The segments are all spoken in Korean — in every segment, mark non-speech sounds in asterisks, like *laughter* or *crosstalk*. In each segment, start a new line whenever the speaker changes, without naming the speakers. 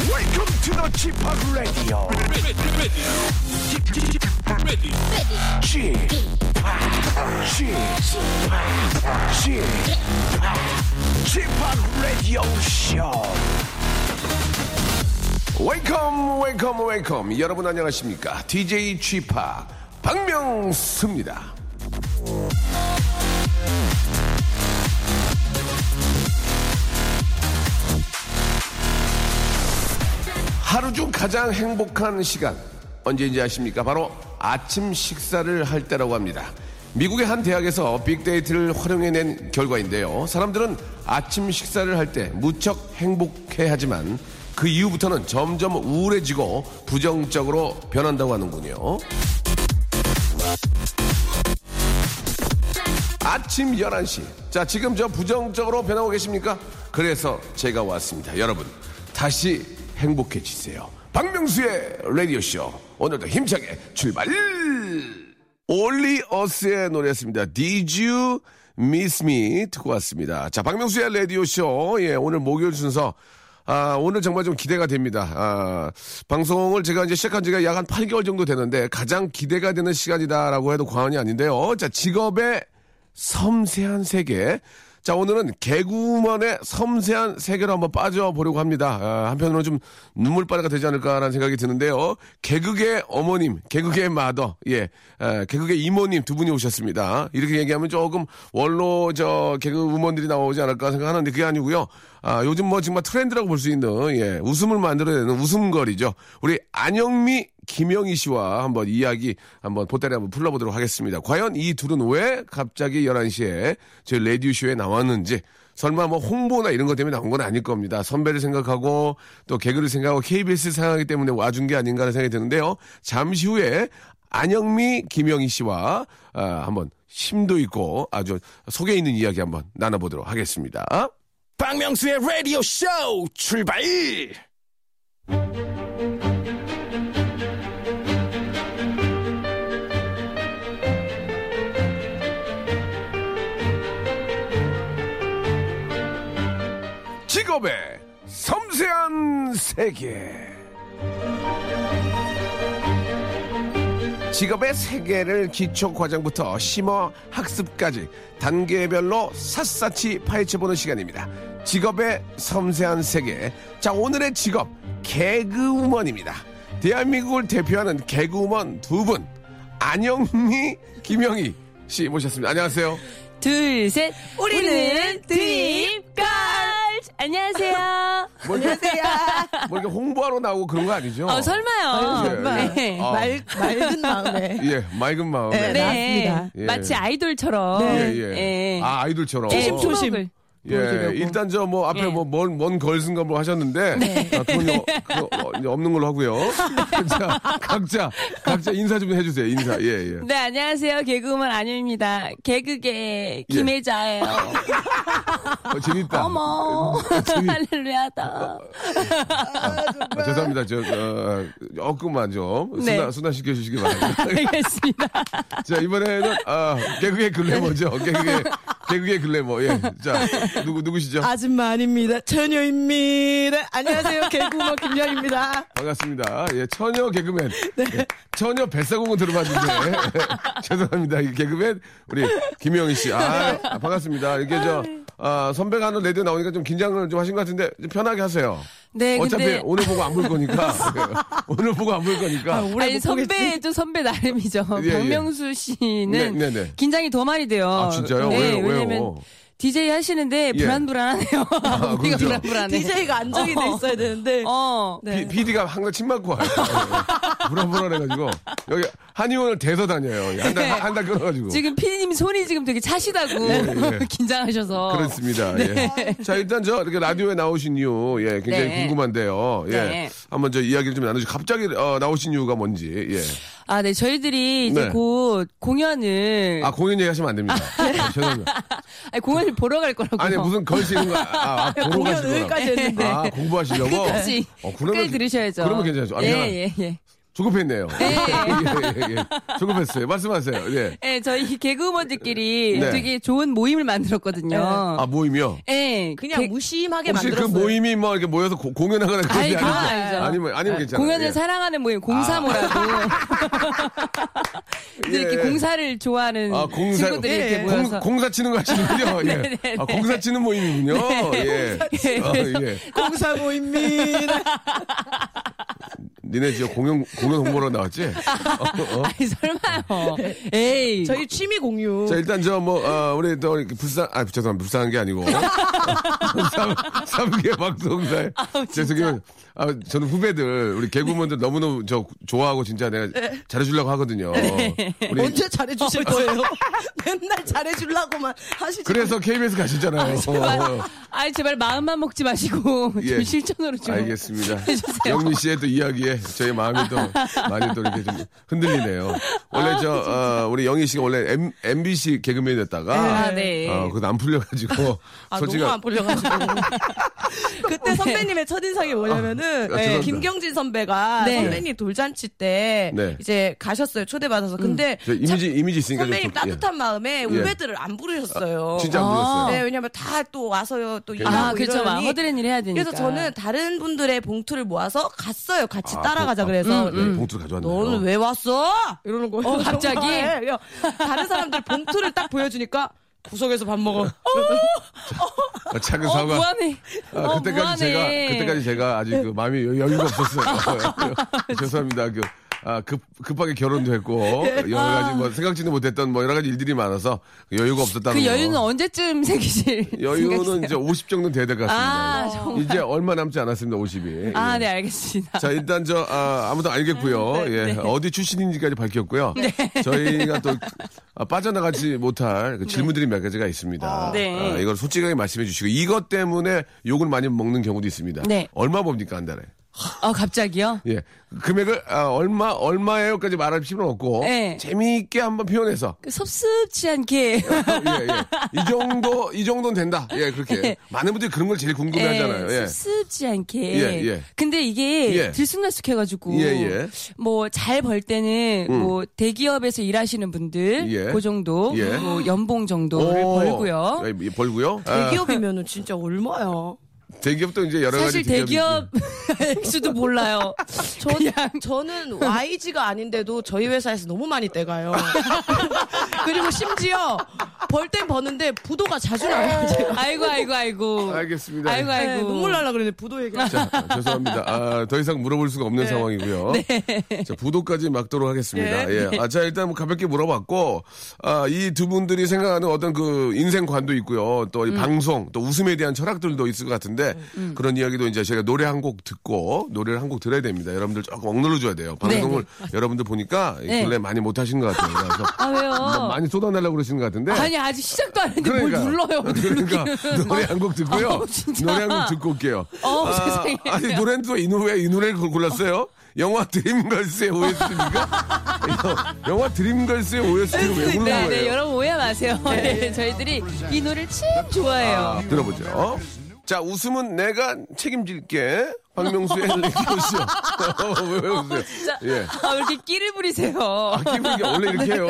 to the Chip Radio.
ready, ready, ready, ready.
Chip, Chip, Chip, Chip Radio Show. 웨이컴 웨이컴 웨이컴 여러분 안녕하십니까 DJ g 파 박명수입니다 하루 중 가장 행복한 시간 언제인지 아십니까? 바로 아침 식사를 할 때라고 합니다. 미국의 한 대학에서 빅데이터를 활용해낸 결과인데요. 사람들은 아침 식사를 할 때 무척 행복해하지만 그 이후부터는 점점 우울해지고 부정적으로 변한다고 하는군요. 아침 11시. 자, 지금 저 부정적으로 변하고 계십니까? 그래서 제가 왔습니다. 여러분, 다시 행복해지세요. 박명수의 라디오쇼. 오늘도 힘차게 출발! 올리 어스의 노래였습니다. Did you miss me? 듣고 왔습니다. 자, 박명수의 라디오쇼. 예, 오늘 목요일 순서. 아, 오늘 정말 좀 기대가 됩니다. 아, 방송을 제가 이제 시작한 지가 약 한 8개월 정도 되는데 가장 기대가 되는 시간이다라고 해도 과언이 아닌데요. 자, 직업의 섬세한 세계. 자, 오늘은 개구먼의 섬세한 세계로 한번 빠져보려고 합니다. 아, 한편으로는 좀 눈물바다가 되지 않을까라는 생각이 드는데요. 개그의 어머님, 개그의 마더, 예, 아, 개그의 이모님 두 분이 오셨습니다. 이렇게 얘기하면 조금 원로 저 개그 우먼들이 나오지 않을까 생각하는데 그게 아니고요. 아, 요즘 뭐 정말 트렌드라고 볼 수 있는, 예, 웃음을 만들어내는 웃음거리죠. 우리 안영미 김영희 씨와 한번 이야기 한번 보따리 한번 풀러보도록 하겠습니다. 과연 이 둘은 왜 갑자기 11시에 저희 레디오쇼에 나왔는지 설마 뭐 홍보나 이런 것 때문에 나온 건 아닐 겁니다. 선배를 생각하고 또 개그를 생각하고 KBS 생각하기 때문에 와준 게 아닌가 하는 생각이 드는데요. 잠시 후에 안영미 김영희 씨와 아, 한번 심도 있고 아주 속에 있는 이야기 한번 나눠보도록 하겠습니다.
박명수의 라디오 쇼 출발!
직업의 섬세한 세계. 직업의 세계를 기초 과정부터 심화 학습까지 단계별로 샅샅이 파헤쳐보는 시간입니다. 직업의 섬세한 세계. 자, 오늘의 직업, 개그우먼입니다. 대한민국을 대표하는 개그우먼 두 분, 안영미, 김영희 씨 모셨습니다. 안녕하세요.
둘, 셋.
우리는
드립걸즈. 안녕하세요.
뭐 이렇게, 뭐 이렇게 홍보하러 나오고 그런 거 뭐. 아니죠?
어, 설마요.
정말
네.
아.
맑, 맑은 마음에
예, 맑은 마음에.
네, 네. 맞습니다. 네.
예.
마치 아이돌처럼.
예, 예.
예.
아, 아이돌처럼.
조심,
어.
조심.
예,
보여드리려고.
일단 저 뭐 앞에
예.
뭐 먼, 먼 걸슨가 뭐 하셨는데. 아, 그건 요- 그거 어, 이제 없는 걸로 하고요. *laughs* 자, 각자, 각자 인사 좀 해주세요. 인사. 예, 예.
네, 안녕하세요. 개그우먼 안유입니다.
예.
개그계 김혜자예요.
어, 재밌다. *laughs*
어머.
음.
*laughs* 할렐루야다.
아, 죄송합니다. 저, 어, 조금만 좀.
네.
순화, 순화시켜주시기 바랍니다. *laughs*
알겠습니다.
자, 이번에는, 아, 개그의 글래머죠. 개그의, 개그의 글래머. 예. 자, 누구, 누구시죠?
*laughs* 아줌마 아닙니다 처녀입니다 안녕하세요 개구먼 김녀입니다
반갑습니다. 예, 처녀 개그맨.
네.
예, 처녀 뱃사공은
*laughs*
들어봤는데. 예, 죄송합니다. 이 개그맨, 우리 김영희 씨.
네.
아, 아, 반갑습니다. 이게 저, 아, 선배가 하는 레디오 나오니까 좀 긴장을 좀 하신 것 같은데, 좀 편하게 하세요.
네,
어차피
근데.
오늘 보고 안 볼 거니까. *laughs* 예, 오늘 보고 안 볼 거니까.
오래
아니
못 보겠지?
선배도 선배 나름이죠.
*laughs* 예, 예.
박명수 씨는
네, 네, 네.
긴장이 더 많이 돼요.
아, 진짜요?
네,
왜요?
왜냐면
왜요?
DJ 하시는데
예.
불안불안하네요. *laughs* 우리가
그렇죠.
불안불안해.
DJ가 안정이 돼 아, 네. 있어야 되는데
어.
네.
PD가 항상 침 맞고 와요. 예, 불안불안해가지고. 여기 한의원을 대서 다녀요. 예, 한 달,
네.
한 달 끊어가지고.
지금 피디님 손이 지금 되게 차시다고
예, 예.
*laughs* 긴장하셔서.
그렇습니다. 예. 자, 일단 저 이렇게 라디오에 나오신 이유, 예, 굉장히
네.
궁금한데요. 예.
네.
한번 저 이야기를 좀 나누죠. 갑자기 어, 나오신 이유가 뭔지, 예.
아, 네. 저희들이 이제
네.
곧 공연을
아, 공연 얘기하시면 안 됩니다.
네.
예,
*laughs*
죄송합니다.
아니, 공연을 보러 갈 거라고.
아니, 무슨 걸씨 이런 거, 아, 아 보러
공연
가시구나.
여기까지 했는데
아, 공부하시려고?
네. 끝까지
어, 그러면-
끝까지 들으셔야죠.
그러면 괜찮죠. 아,
예,
미안하다.
예, 예.
조급했네요. *laughs*
네.
예, 예, 예. 조급했어요. 말씀하세요. 예.
네, 저희 개그우먼들끼리
네.
되게 좋은 모임을 만들었거든요.
아, 모임이요?
네,
그냥
개-
무심하게
혹시 그
만들었어요.
모임이 뭐 이렇게 모여서 고- 공연하거나 그런
아니,
게
그건
아니죠?
아니죠. 네.
아니면, 아니면 괜찮아요.
공연을
예. 아.
사랑하는 모임 공사모라고 *laughs* 이제
예.
이렇게 공사를 좋아하는
아, 공사-
음, 친구들이
예.
이렇게
공,
모여서
공사 치는 거 하시는군요. 예.
*laughs* 네, 네,
아,
네.
공사 치는 모임이군요. 예. 아, 예.
*laughs* 공사 모임입니다.
니네 지금 공연, 공연 홍보로 나왔지?
*laughs*
어,
아니 설마요. 에이.
*laughs* 저희 취미 공유.
자, 일단 저 뭐, 어, 우리 또 이렇게 불쌍, 아, 죄송합니다. 불쌍한 게
*laughs*
아니고. 삼, 삼계 방송사에. 죄송해요. 아, 저는 후배들, 우리 개구먼들 너무너무 저 좋아하고 진짜 내가
네.
잘해주려고 하거든요. 우리
언제 잘해주실 거예요? *laughs* 맨날 잘해주려고만 하시지.
그래서 KBS 가시잖아요. 어,
아이 제발 마음만 먹지 마시고
예.
좀 실천으로 좀
알겠습니다.
*laughs* 해주세요.
영민 씨의 또 이야기에 저의 마음이 또 많이 또 이렇게 좀 흔들리네요. 원래 저, 어, 우리 영희 씨가 원래 M, MBC 개그맨이었다가.
아, 네.
어, 그건 안
*laughs*
풀려가지고.
아,
솔직히.
너무 안 풀려가지고. *laughs* 그때 선배님의 첫인상이 뭐냐면은,
아,
예,
죄송합니다.
김경진 선배가
네.
선배님 돌잔치 때
네. 음.
이제 가셨어요. 초대받아서. 근데
저 이미지, 이미지 있으니까. 좀
선배님
좀- 예.
따뜻한 마음에 후배들을 안 부르셨어요.
진짜 안
아.
불렀어요.
네, 왜냐면 다 또 와서요, 또 일하고
아 그렇죠. 막
이러니
허드렛 일 해야 되니까.
그래서 저는 다른 분들의 봉투를 모아서 갔어요. 같이
아,
따라가자
봉-
그래서.
네, 봉투를 가져왔네요.
너는 왜 왔어? 이러는 거예요.
어, 갑자기?
정말. 야, 다른 사람들 봉투를 딱 보여주니까 구석에서 밥 먹어.
아, 작은
어
사과.
무한해.
아,
어,
그때까지
무한해.
제가 그때까지 제가 아직 그 마음이 여- 여유가
*laughs*
없었어요. 죄송합니다. 그 아, 급, 급하게 결혼도 했고,
네.
여러
아.
가지 뭐, 생각지도 못했던 뭐, 여러 가지 일들이 많아서 여유가 없었다는
그
거.
여유는 언제쯤 생기실?
*laughs* 여유는
생각이세요?
이제 50 정도 돼야 될 것 같습니다.
아 정말.
이제 얼마 남지 않았습니다, 50이. 예.
아, 네, 알겠습니다.
자, 일단 저, 아, 무도 알겠고요. 예.
네.
어디 출신인지까지 밝혔고요. 저희가 또 아, 빠져나가지 못할 그 질문들이 몇 가지가 있습니다.
네.
아, 이걸 솔직하게 말씀해 주시고, 이것 때문에 욕을 많이 먹는 경우도 있습니다.
네.
얼마 봅니까, 한 달에?
어, 갑자기요?
예. 금액을, 아, 얼마, 얼마예요까지 말할 필요는 없고,
네.
재미있게 한번 표현해서,
그 섭섭치 않게.
예, 예. 이 정도, 이 정도는 된다. 예, 그렇게.
예.
많은 분들이 그런 걸 제일 궁금해 하잖아요.
네,
예.
습지 않게.
예, 예.
근데 이게
예. 예,
들쑥날쑥해가지고
예.
뭐 잘 벌 때는 뭐 대기업에서 일하시는 분들
예.
그 정도
예.
뭐 연봉 정도를
오.
벌고요.
예, 예, 어, 벌고요. 아,
대기업이면은 진짜 얼마야?
대기업도 이제 여러
사실
가지 대기업이
대기업
*laughs*
액수도 몰라요.
저, 저는 YG가 아닌데도 저희 회사에서 너무
*laughs*
많이 떼가요. 그리고 심지어 벌 땐 버는데 부도가 자주 나요.
*laughs*
제가.
아이고 아이고 아이고.
알겠습니다.
아이고
네,
아이고.
눈물 날라 그러는데 부도 얘기.
자, 죄송합니다. 아, 더 이상 물어볼 수가
*laughs* 네.
없는 상황이고요. 자, 부도까지 막도록
네.
하겠습니다. 예. 아, 자, 일단 뭐 가볍게 물어봤고, 아, 이 두 분들이 생각하는 어떤 그 인생관도 있고요. 또
음.
이 방송, 또 웃음에 대한 철학들도 있을 것 같은데, 그런 이야기도 이제 저희가 노래 한 곡 듣고, 노래를 한 곡 들어야 됩니다. 여러분들 조금 억눌러줘야 돼요. 방송을 여러분들 보니까
네.
근래 많이 못 하신 것 같아요.
*laughs*
그래서
아 왜요?
많이 쏟아내려고 그러시는 것 같은데.
아니 아직 시작도 안 했는데
그러니까,
뭘
*laughs*
눌러요?
그러니까 노래 한 곡 듣고요.
아우, 진짜.
노래 한 곡 듣고 올게요.
어우,
아,
세상에.
아니 노래는 또 이 노래 이 노래를 골- 골랐어요? 영화 드림걸스의 OST입니까? *laughs* 영화 드림걸스의 OST를 왜 고른
네,
거예요?
네, 여러분 오해 마세요. 네, 저희들이 이 노래를 참
아,
좋아해요.
들어보죠. 자 웃음은 내가 책임질게. 박명수의 *laughs* 레디오쇼. *laughs* 왜 웃으세요?
진짜.
예.
아, 왜 이렇게 끼를 부리세요?
아, 기분이 원래 이렇게 해요.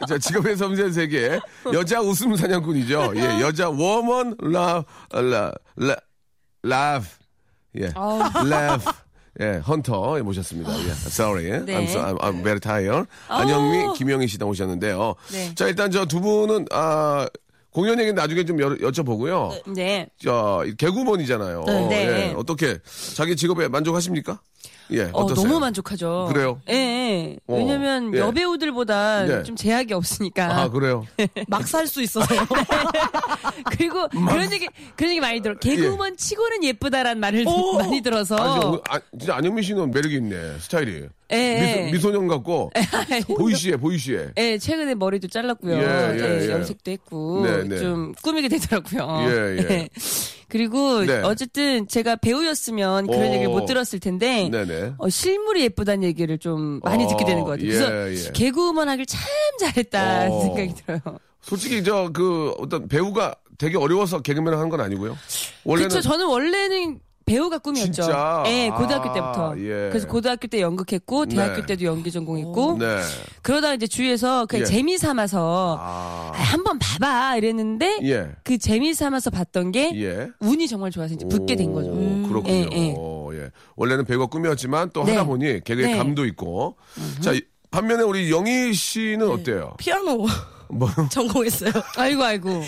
아,
자, 직업의 섬세한 세계. 여자 웃음 사냥꾼이죠. 예, 여자 워먼 러브, 라, 라, 라브. 예. 라브. 예, 헌터 예, 모셨습니다. 예, sorry,
네.
I'm, so, I'm, I'm very tired. 안영미, 김영희 씨 나오셨는데요.
네.
자, 일단 저 두 분은 아 공연 얘기는 나중에 좀 여, 여쭤보고요.
네.
저 개구먼이잖아요.
네.
예, 어떻게 자기 직업에 만족하십니까? 예,
어,
어떠세요?
너무 만족하죠.
그래요?
예, 예.
어,
왜냐면
예.
여배우들보다
예.
좀 제약이 없으니까. *laughs*
아, 그래요.
막 살 수 있어서.
*laughs*
그리고 그런 얘기 그런 얘기 많이 들어. 개그우먼 치고는 예쁘다라는 말을
오!
많이 들어서.
예. 아니, 오늘, 아, 진짜 안영민 씨는 매력이 있네, 스타일이.
예.
미소, 미소년
*laughs*
같고, 보이시에, 보이시에.
예, 최근에 머리도 잘랐고요.
예, 예, 예.
염색도 했고
네, 네.
좀 꾸미게 되더라고요. *laughs* 네.
예, 예.
그리고
네.
어쨌든 제가 배우였으면 그런
오.
얘기를 못 들었을 텐데
네네.
어, 실물이 예쁘다는 얘기를 좀 많이
어,
듣게 되는 것 같아요.
예,
그래서
예.
개그우먼 하길 참 잘했다
어.
는 생각이 들어요.
솔직히 저, 그, 어떤 배우가 되게 어려워서 개그맨을 한 건 아니고요. 원래는.
그렇죠. 저는 원래는 배우가 꿈이었죠.
진짜?
예, 고등학교
아,
때부터.
예.
그래서 고등학교 때 연극했고 대학교
네.
때도 연기 전공했고
네.
그러다 이제 주위에서 그냥
예.
재미 삼아서
아.
아, 한번 봐봐 이랬는데
예.
그 재미 삼아서 봤던 게
예.
운이 정말 좋아서 이제 붙게 된 거죠.
오, 음, 그렇군요.
예, 예.
오, 예. 원래는 배우가 꿈이었지만 또
네.
하다 보니 개그의
네.
감도 있고. 자, 이- 반면에 우리 영희
네.
씨는 어때요?
피아노 *laughs*
뭐
전공했어요.
아이고 아이고. 어,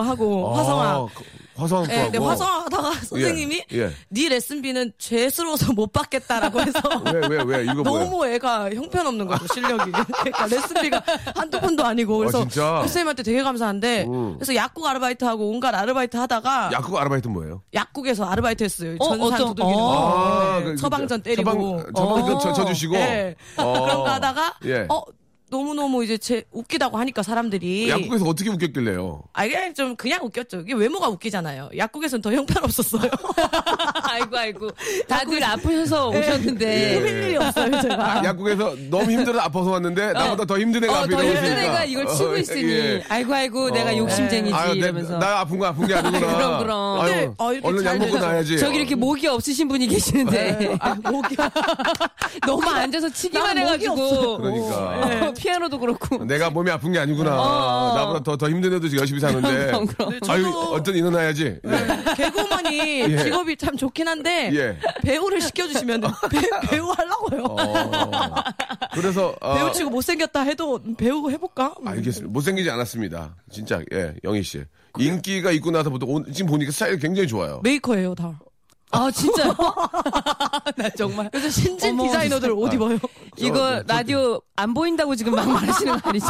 *laughs*
하고
아,
화성학.
그- 화성학.
예,
네,
근데 화성학 하다가 선생님이
예.
네 레슨비는 죄스러워서 못 받겠다라고 *laughs* 해서
왜, 왜, 왜? 이거 뭐야?
너무 애가 형편없는 거죠 실력이 그러니까 레슨비가 한두 푼도 아니고 그래서
진짜?
선생님한테 되게 감사한데 그래서 약국 아르바이트하고 온갖 아르바이트 하다가
야구 아르바이트 뭐예요?
약국에서 아르바이트 했어요
어,
전산
어떤- 어.
두들기는 거. 네,
그-
처방전 때리고
처방, 처방전
어.
쳐- 쳐주시고.
예.
어.
*laughs* 그런 거 하다가
예.
어 너무 너무 이제 제 웃기다고 하니까
예.
사람들이
약국에서 어떻게 웃겼길래요?
아 그냥 좀 그냥 웃겼죠. 이게 외모가 웃기잖아요. 약국에서는 더 형편 *laughs* 없었어요.
아이고 아이고. 다들 아프셔서 오셨는데.
예.
일이 없어요 제가.
약국에서 너무 힘들어 아파서 왔는데 나보다 더 힘든 애가
아. 어,
앞에
더
있으니까.
힘든 애가 이걸 치고
어,
있으니
예.
아이고 아이고
어.
내가 욕심쟁이지
아유, 내-
이러면서
나 아픈 거 아픈 게 아니구나.
*laughs* 그럼, 그럼.
아유,
어, 이렇게
얼른
잘
약 먹고
돼서
나야지. 어. 네.
저기 이렇게 목이 없으신 분이 계시는데
아, 목이
*laughs* 너무 앉아서 치기만
난 목이
해가지고
그러니까.
예.
어, *laughs* 피아노도 그렇고
내가 몸이 아픈 게 아니구나.
어.
나보다 더, 더 힘든 애도 지금 열심히 사는데.
그럼, 그럼.
아유,
저도- 네.
어떤 일어나야지. 예.
개그우먼이
*laughs* 예.
직업이 참 좋긴 한데
예.
배우를 시켜주시면
*laughs*
배, 배우 하려고요.
어. 그래서. 어,
배우 치고 못생겼다 해도 배우 해볼까?
알겠습니다. 못생기지 않았습니다. 진짜, 예, 영희 씨. 인기가 있고 나서부터 오- 지금 보니까 스타일 굉장히 좋아요.
네,
메이커예요 다.
아 진짜
나
*laughs*
정말. 그래서 신진
어머,
디자이너들
아.
옷 입어요.
뭐,
이거 라디오 안 보인다고 지금 막 말하시는 거
*laughs*
아니죠?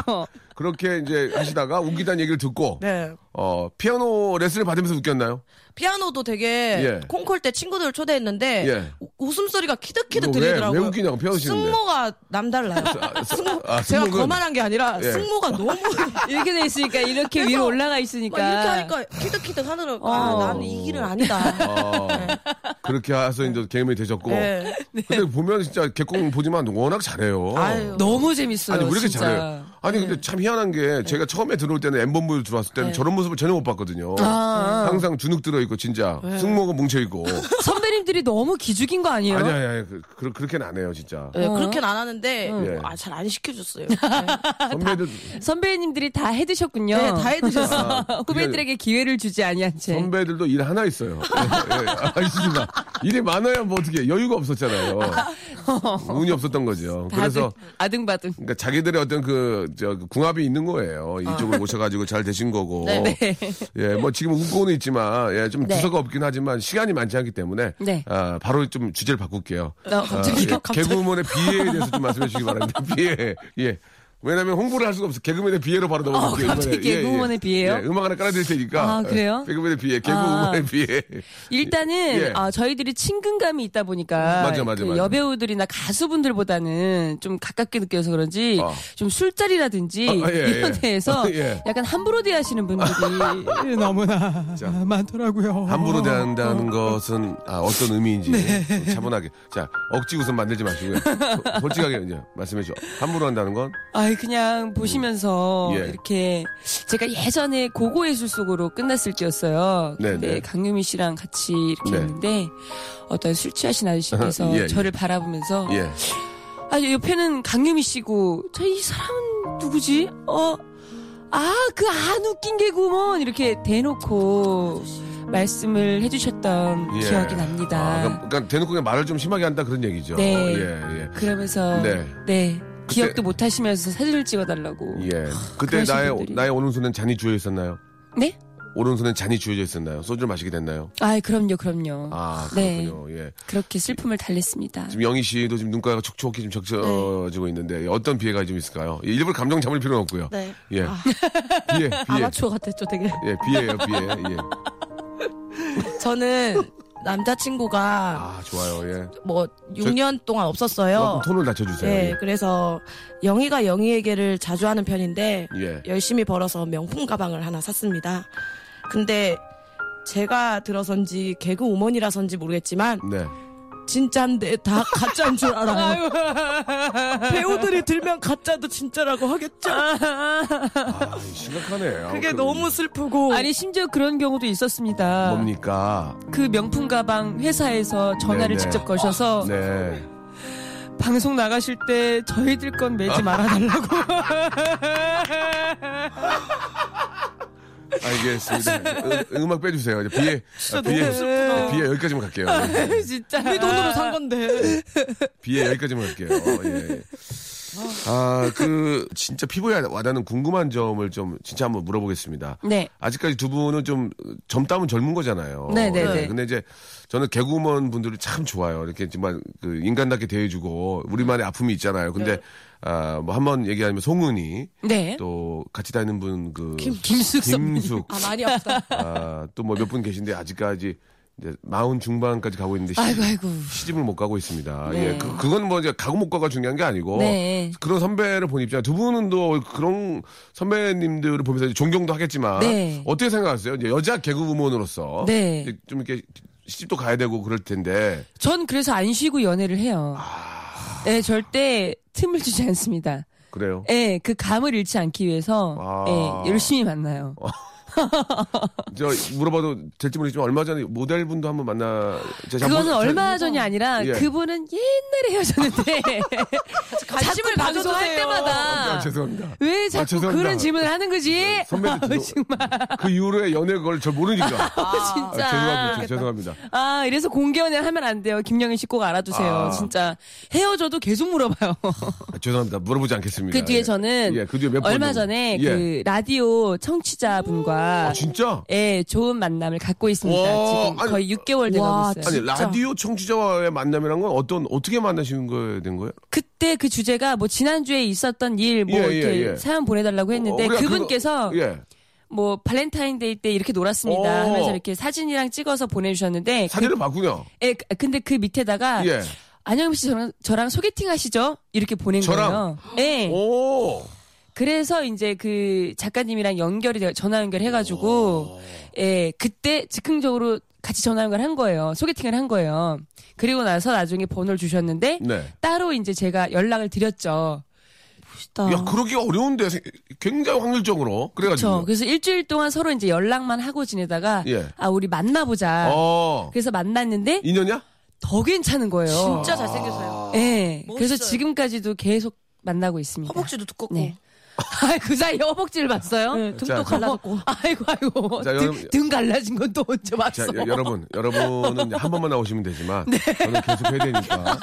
그렇게 이제 하시다가 웃기다는 얘기를 듣고.
네.
어, 피아노 레슨을 받으면서 웃겼나요?
피아노도 되게
예.
콩콜 때 친구들을 초대했는데
예.
우- 웃음소리가 키득키득
이거 왜-
들리더라고요.
왜 웃기냐고, 피아노 치는데.
승모가 남달라요. 승모,
아,
제가
승모는-
거만한 게 아니라
예. 그러니까.
승모가
*laughs*
너무
이렇게 돼 있으니까 이렇게
그래서
위로 올라가
막
있으니까
이렇게 하니까 키득키득 하더라고요. 아,
어.
나는 이 길은 아니다.
어, 그렇게 해서 이제 개그맨이 되셨고.
네.
근데 보면 진짜 개콘 보지만 워낙 잘해요.
아유.
너무 재밌어요.
아니 왜 이렇게
진짜.
잘해요? 아니 근데 참 희한한 게 제가 처음에 들어올 때는 엠본부 들어왔을 때는 저런 모습을 전혀 못 봤거든요.
아.
항상 주눅 들어 있고 진짜 승모가 뭉쳐 있고.
*laughs* 선배님들이 너무 기죽인 거 아니에요?
아니 아니 아니 그, 그, 그렇게는 안 해요 진짜.
네, 그렇게는 안 하는데
어. 예.
아, 잘 안 시켜줬어요.
선배들
네. 선배님들이 다 해드셨군요.
네, 다 해드셨어요.
아,
후배들에게 기회를 주지 아니한 채.
선배들도 일 하나 있어요. 예, 예. 아시지만 일이 많아야 뭐 어떻게 여유가 없었잖아요.
*laughs*
운이 없었던 거죠.
다들
그래서
아등바등.
그러니까 자기들의 어떤 그, 저, 그 궁합이 있는 거예요. 이쪽을 모셔가지고 잘 되신 거고.
아. 네.
예, 뭐 지금 웃고는 있지만, 예, 좀 주서가 없긴 하지만 시간이 많지 않기 때문에.
네.
아, 바로 좀 주제를 바꿀게요.
나 갑자기
아, 예, 개그우먼의 비애에 대해서 좀 말씀해 주시기 바랍니다.
*laughs*
비애. 예. 왜냐면 홍보를 할 수가 없어. 개그맨의 비애로 바로 넘어갈게요.
갑자기
이번에. 예, 예.
개그우먼의 비애요?
예, 음악 하나 깔아드릴 테니까.
아, 그래요? 아.
예, 개그맨의 비애, 개그우먼의 비애.
일단은
예.
아, 저희들이 친근감이 있다 보니까
맞아, 맞아,
그
맞아.
여배우들이나 가수분들보다는 좀 가깝게 느껴서 그런지
어.
좀 술자리라든지
아, 예, 예.
이런 데에서
아, *laughs* 예.
약간 함부로 대하시는 분들이
*laughs*
너무나
자.
많더라고요.
어.
함부로 대한다는 것은 아, 어떤 의미인지
네.
차분하게 자 억지 웃음 만들지 마시고요 소- 솔직하게 이제 말씀해 주죠 함부로 한다는 건
아이 그냥 보시면서
예.
이렇게 제가 예전에 고고의 술 속으로 끝났을 때였어요.
네,
근데
네.
강유미 씨랑 같이 이렇게
네.
했는데 어떤 술 취하신 아저씨께서
*laughs* 예, 예.
저를 바라보면서
예
아 옆에는 강유미 씨고 저 이 사람은 누구지? 어. 아, 그 안 웃긴 개구먼 이렇게 대놓고 말씀을 해주셨던
예.
기억이 납니다.
아, 그러니까, 그러니까 대놓고 그냥 말을 좀 심하게 한다 그런 얘기죠
네.
예예
그러면서
네.
네, 기억도 못하시면서 사진을 찍어달라고.
예, 그때
그러신
나의
분들이.
나의 오른손은 잔이 주여 있었나요
네?
오른손은 잔이 주여져 있었나요 소주를 마시게 됐나요
아, 그럼요, 그럼요.
아
네.
그렇군요 예
그렇게 슬픔을 달랬습니다.
지금 영희 씨도 지금 눈가가 촉촉히 좀 적셔지고 있는데 예, 어떤 비애가 좀 있을까요 예, 일부러 감정 잡을 필요는 없고요
네.
예
아.
비애 비애
아마추어 같았죠 되게.
예 비애예요 비애
저는 남자친구가
예아 좋아요 예
뭐 6년 동안 없었어요.
그만큼 톤을 낮춰주세요.
네, 그래서 영희가 영희에게를 자주 하는 편인데
예.
열심히 벌어서 명품 가방을 하나 샀습니다. 근데 제가 들어선지 개그 우먼이라서인지 모르겠지만
네.
진짜인데 다 가짜인 줄 알아요. 배우들이 들면 가짜도 진짜라고 하겠죠.
아, 심각하네.
*laughs* 그게
아, 그-
너무 슬프고
아니 심지어 그런 경우도 있었습니다.
뭡니까?
그 명품 가방 회사에서 전화를
네네.
직접
어.
거셔서
네.
방송 나가실 때 저희들 건
*laughs*
매지 말아달라고.
알겠습니다. 음, 음악 빼주세요. 이제 비에 아, 비에 비에 여기까지만 갈게요. 네.
진짜.
우리 돈으로 산 건데.
비에 여기까지만 갈게요. 예. 예. 아, 그 진짜 피부에 와닿는 궁금한 점을 좀 진짜 한번 물어보겠습니다.
네.
아직까지 두 분은 좀 젊다면 젊은 거잖아요.
네, 네, 네.
근데 이제 저는 개그우먼 분들이 참 좋아요. 이렇게 정말 그 인간답게 대해주고
음.
우리만의 아픔이 있잖아요. 근데 아, 뭐 한 번 얘기하면 송은이
네.
또 같이 다니는 분그
김숙 선배님.
김숙
아 많이 아프다.
아, 또 뭐 몇 분 계신데 아직까지 이제 마흔 중반까지 가고 있는데 시-
아이고 아이고.
시집을 못 가고 있습니다.
네.
예, 그, 그건 뭐 이제 가고 못 가가 중요한 게 아니고
네.
그런 선배를 본 입장 두 분은 또 그런 선배님들을 보면서 이제 존경도 하겠지만
네.
어떻게 생각하세요? 이제 여자 개그우먼으로서
네.
이제 좀 이렇게 시집도 가야 되고 그럴 텐데
*laughs* 전 그래서 안 쉬고 연애를 해요.
아.
네, 절대 틈을 주지 않습니다.
그래요.
예, 그 감을 잃지 않기 위해서
아.
예, 열심히 만나요.
저 물어봐도 될지 모르겠지만 얼마 전에 모델분도 한번 만나 제가
그거는
한번-
얼마 전이 아니라
예.
그분은
*laughs*
옛날에 헤어졌는데 자꾸
관심을
방송할
가져주세요.
아,
때마다
죄송합니다.
왜
아,
자꾸
죄송합니다. 네,
그런 질문을 하는 거지?
선배들
아우, *laughs* 정말
그 이후로의 연애 그걸 저 모르니까.
아,
아,
진짜.
죄송합니다. 죄송합니다.
아, 이래서 공개 연애를 하면 안 돼요. 김영희 씨 꼭 알아두세요.
아.
진짜 헤어져도
*laughs*
계속 물어봐요.
아, 죄송합니다. 물어보지 않겠습니다.
그 뒤에
예.
저는
예, 그 뒤에 몇번
얼마 전에
예. 아,
그 라디오 청취자분과
진짜?
예, 좋은 만남을 갖고 있습니다.
와,
지금
아니,
거의 6개월 돼가고
와,
있어요.
아니 라디오 청취자와의 만남이란 건 어떤 어떻게 만나신 거에 된 거예요?
그때 그 주제가 뭐 지난주에 있었던 일 뭐
예, 예,
이렇게
예.
사연 보내달라고 했는데
어, 우리가
그분께서
그거- 예.
뭐 발렌타인데이 때 이렇게 놀았습니다
오.
하면서 이렇게 사진이랑 찍어서 보내주셨는데
사진을 봤군요.
그, 예, 그- 근데 그 밑에다가
예.
안영미 씨 저랑, 저랑 소개팅 하시죠? 이렇게 보낸
저랑? 어.
거예요. 예.
오.
그래서 이제 그 작가님이랑 연결이 돼- 전화
어.
연결해가지고 예 그때 즉흥적으로 같이 전화 연결한 거예요 소개팅을 한 거예요 그리고 나서 나중에 번호를 주셨는데
네.
따로 이제 제가 연락을 드렸죠
야 그러기 어려운데 세- 굉장히 확률적으로
그렇죠
그래가지고.
그래서 일주일 동안 서로 이제 연락만 하고 지내다가
예.
아 우리 만나보자
어.
그래서 만났는데
인연이야?
더 괜찮은 거예요
진짜 잘생겼어요.
예 그래서
멋있어요.
지금까지도 계속 만나고 있습니다
허벅지도 두껍고.
네. *laughs* 아, 그 사이 허벅지를 봤어요?
자.
등도 갈라졌고.
아이고 아이고
자,
등,
여러분.
등 갈라진 건 또 언제
자
봤어? *laughs*
여, 여러분 여러분은 이제 한 번만 나오시면 되지만
네.
저는 계속 해야 되니까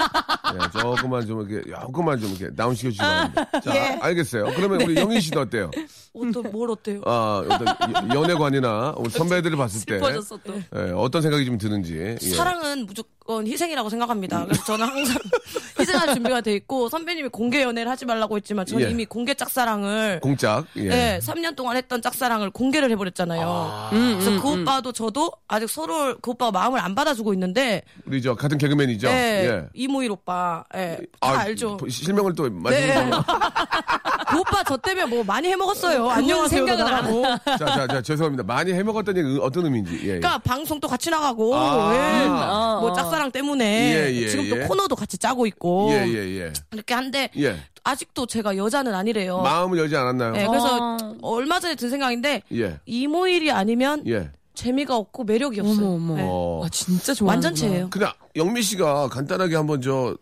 예, 조금만 좀 이렇게 조금만 좀 이렇게 다운 시켜주시기
아,
바랍니다.
예.
자 알겠어요. 그러면
네.
우리 영희 씨는 어때요?
옷도 뭘 어때요?
아, 어떤 여- 연애관이나 우리 선배들을 봤을 때
슬퍼졌어, 또.
예, 어떤 생각이 좀 드는지. 예.
사랑은 무조건 희생이라고 생각합니다. 그래서 저는 항상 *laughs* 희생할 준비가 돼 있고 선배님이 공개 연애를 하지 말라고 했지만 저는
예.
이미 공개 짝사랑을
공짝. 예.
네, 3년 동안 했던 짝사랑을 공개를 해버렸잖아요. 그래서 그 오빠도 저도 아직 서로 그 오빠가 마음을 안 받아주고 있는데,
우리 저 같은 개그맨이죠.
네,
예.
이모일 오빠, 예, 다
아,
알죠.
보- 실명을 또 말씀해
네. *laughs* 그 오빠 저 때문에 뭐 많이
음,
해먹었어요. 안녕하세요.
생각은 안
나가고.
자, 자, 자, 죄송합니다. 많이 해먹었다니 그 어떤 의미인지. 예. 예.
그러니까 방송 또 같이 나가고,
아.
예.
어,
뭐
어.
짝사랑 때문에
예, 예,
지금 또
예.
코너도 같이 짜고 있고
예, 예,
이렇게 한데
예. 예.
아직도 제가 여자는 아니래요.
마음을 열지 않았나요?
예, 그래서
아.
얼마 전에 든 생각인데
예.
이모일이 아니면
예.
재미가 없고 매력이 없어요.
어머 어머.
예.
어.
아 진짜 좋아.
완전체예요.
근데 영미 씨가 간단하게 한번 저,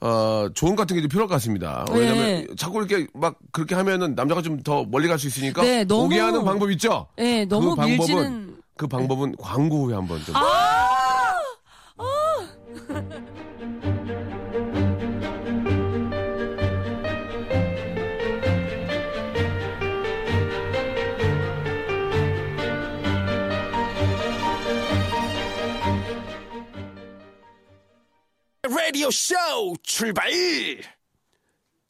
어, 조언 같은 게 좀 필요할 것 같습니다.
네.
왜냐면 자꾸 이렇게 막 그렇게 하면은 남자가 좀 더 멀리 갈 수 있으니까
네, 너무-
오게 하는 방법 있죠?
예, 네, 너무
그 방법은
밀지는 네. 아.
그 방법은 광고 후에 한번 좀.
radio show 출발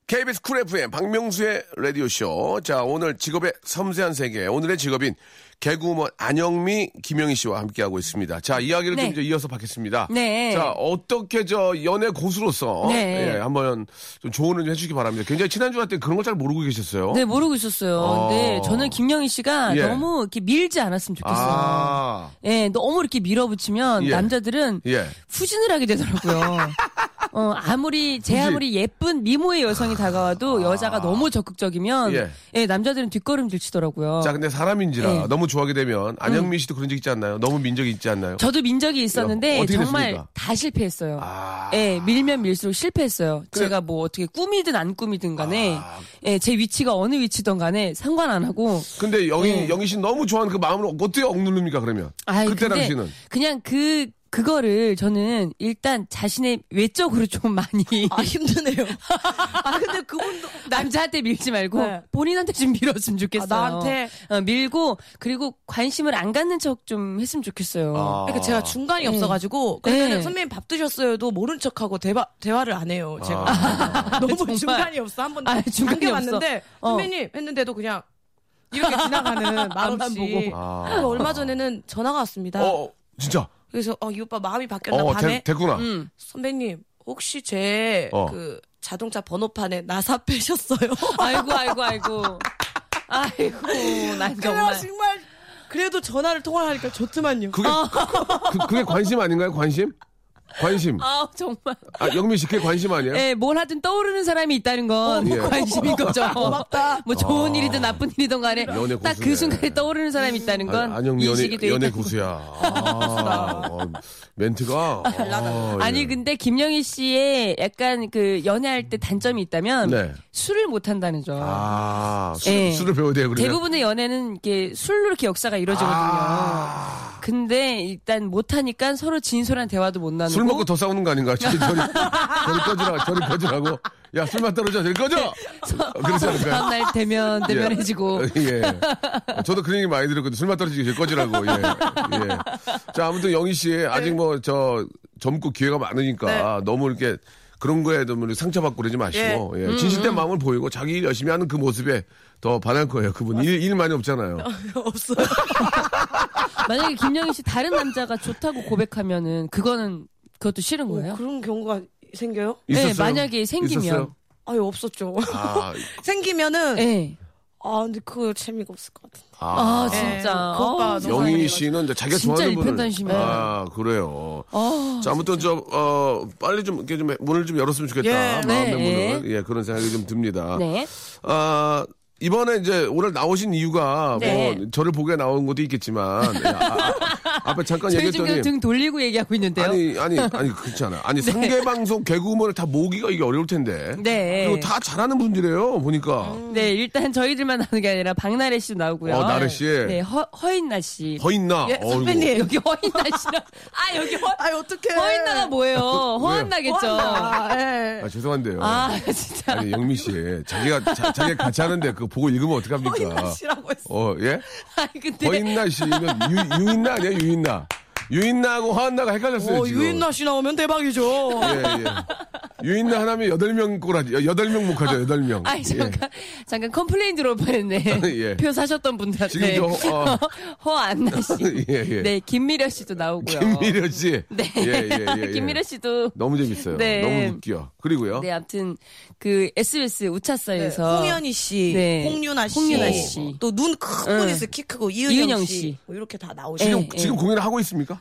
KBS 쿨 FM 박명수의 라디오쇼. 자, 오늘 직업의 섬세한 세계. 오늘의 직업인 개그우먼 안영미, 김영희 씨와 함께하고 있습니다. 자, 이야기를 좀
네.
이제 이어서 받겠습니다.
네.
자, 어떻게 저 연애 고수로서
네.
예, 한번 좀 조언을 좀 해주시기 바랍니다. 굉장히 지난주 할때 그런 걸 잘 모르고 계셨어요.
네, 모르고 있었어요.
어.
근데 저는 김영희 씨가
예.
너무 이렇게 밀지 않았으면 좋겠어요.
아,
예, 너무 이렇게 밀어붙이면
예.
남자들은
예.
후진을 하게
*laughs*
되더라고요. 어, 아무리, 제
후진. 아.
아무리 예쁜 미모의 여성이 다가와도 여자가 너무 적극적이면,
예.
예, 남자들은 뒷걸음질 치더라고요.
자, 근데 사람인지라
네.
너무 좋아하게 되면 안영미 씨도 그런 적 있지 않나요? 너무 민적이 있지 않나요?
저도 민 적이
야,
있었는데
어떻게
정말
됐습니까?
다 실패했어요.
아.
예, 밀면 밀수록 실패했어요.
그래. 아.
제가 뭐 어떻게 꾸미든 안 꾸미든 간에 예, 제 위치가 어느 위치든 간에 상관 안 하고
근데 영희,
네.
영희 씨 너무 좋아하는 그 마음을 어떻게 억누릅니까, 그러면?
아이,
그때
근데
당시는.
그냥 그 그거를 저는 일단 자신의 외적으로 좀 많이
아 힘드네요. *laughs* 아 근데 그분도
남자한테 밀지 말고
네.
본인한테 좀 밀었으면 좋겠어요.
아, 나한테?
어, 밀고 그리고 관심을 안 갖는 척 좀 했으면 좋겠어요.
아.
그러니까 제가 중간이 없어가지고 그러면
네.
선배님 밥 드셨어요도 모른 척하고 대화 대화를 안
아.
해요. 제가
*laughs*
너무
정말.
중간이 없어 한 번도
아, 중간이
당겨봤는데
없어. 어.
선배님 했는데도 그냥 이렇게
*laughs*
지나가는
앞만
말없이
보고.
아.
그리고 얼마 전에는 전화가 왔습니다.
어, 진짜.
그래서 어, 이 오빠 마음이 바뀌었나
어,
밤에
되, 됐구나.
음.
선배님 혹시 제
어.
그 자동차 번호판에 나사 *laughs* 빼셨어요?
아이고 아이고 아이고. 아이고 난
정말.
정말
정말 그래도 전화를 통화하니까 좋더만요.
그게, 그, 게 관심 아닌가요? 관심? 관심.
아 정말
아, 영미 씨, 그게 관심 아니에요?
예, 뭘 하든 떠오르는 사람이 있다는
어,
건
네. 예. 아.
관심인 거죠.
*laughs*
뭐 좋은 일이든 나쁜 일이든 간에
연애
딱
고수네.
그 순간에 떠오르는 사람이 있다는 건
아, 안영 연애,
인식이 돼
연애
있다는 거.
고수야.
*laughs*
아, 어, 멘트가. 아,
아니 그
예.
근데 김영희 씨의 약간 그 연애할 때 단점이 있다면
네.
술을 못 한다는 점.
아, 술,
예.
술을 배워야 돼요, 그러면.
대부분의 연애는 이렇게 술로 이렇게 역사가 이루어지거든요.
아.
근데 일단 못 하니까 서로 진솔한 대화도 못 나누고
술 먹고 더 싸우는 거 아닌가? 저리, 저리,
*laughs*
저리 꺼지라, 저리 꺼지라고. 야, 술만 떨어져, 저리 꺼져!
네.
그러지 않을까요?
다음날 대면 대면해지고
예. 예. 저도 그런 얘기 많이 들었거든요. 술만 떨어지기 전에 꺼지라고. 예. 예. 자, 아무튼 영희 씨, 아직 뭐, 저, 젊고 기회가 많으니까
네.
너무 이렇게 그런 거에 너무 상처받고 그러지 마시고, 예. 진실된 마음을 보이고 자기 일 열심히 하는 그 모습에 더 반할 거예요. 그분 일, 일 많이 없잖아요.
*laughs* 없어요.
만약에 김영희 씨 다른 남자가 좋다고 고백하면은 그거는 그것도 싫은 거예요?
그런 경우가 생겨요?
있었어요?
네, 만약에 생기면.
있었어요?
아유 없었죠.
아,
*laughs* 생기면은
예.
아 근데 그거 재미가 없을 것 같아.
아.
아, 진짜.
그 오빠
어우,
너무
영희 씨는 이제 자기가
진짜
좋아하는 분을
일편단심이야.
아 그래요.
어,
자, 아무튼 저, 어, 빨리 좀, 이렇게 좀, 문을 좀 열었으면 좋겠다.
예,
마음의
네.
문을. 예, 그런 생각이 좀 듭니다.
네.
아, 이번에 이제 오늘 나오신 이유가
네.
뭐, 저를 보게 나온 것도 있겠지만, 예, 아, 아, 앞에 잠깐
저희 지금
얘기했더니.
등 돌리고 얘기하고 있는데요.
아니, 아니, 아니, 그렇지 않아요.
*laughs*
아니,
네.
상대방송 개그우먼을 다 모으기가 이게 어려울 텐데.
네.
그리고 다 잘하는 분들이에요, 보니까.
음.
네, 일단 저희들만 나오는 게 아니라 박나래 씨도 나오고요.
어, 나래 씨.
네, 허, 허인나 씨. 네,
더 있나?
예, 선배님.
여기 허인나 씨랑. 아, 여기 허,
아 어떻게?
네.
허인나가
*laughs*
뭐예요? 허한나겠죠.
아, 예.
아, 죄송한데요.
아, 진짜.
아니, 영미 씨. 자기가, 자, 자기가 같이 하는데 그거 보고 읽으면 어떡합니까?
씨라고 네. 했어.
어, 예?
*laughs* 아니, 근데.
허인나 씨면 유, 유인나 아니야 유인나 유인나하고 허한나가 헷갈렸어요
어
지금
유인나 씨 나오면 대박이죠.
예, 예. 유인나 하나면 여덟 명 꼬라지 여덟 명 목하죠 여덟 명
아니 잠깐 잠깐 컴플레인 들어올 뻔했네.
*laughs* 예.
*laughs* 표 사셨던 분들한테
지금 저, 어.
*laughs* 허안나
*laughs*
씨,
예, 예.
네 김미려 씨도 나오고요.
김미려 씨
네,
예, 예,
*laughs*
예, 예.
김미려 씨도
너무 재밌어요
네.
너무 웃겨 그리고요
네, 아무튼 그 SBS 우차사에서
홍현희 씨,
네.
홍윤아 씨,
홍윤아 씨.
또눈큰 분이 있어요. 키 크고 이은영,
이은영
씨.
씨.
뭐 이렇게 다 나오시고
지금
예, 예.
지금 공연을 하고 있습니까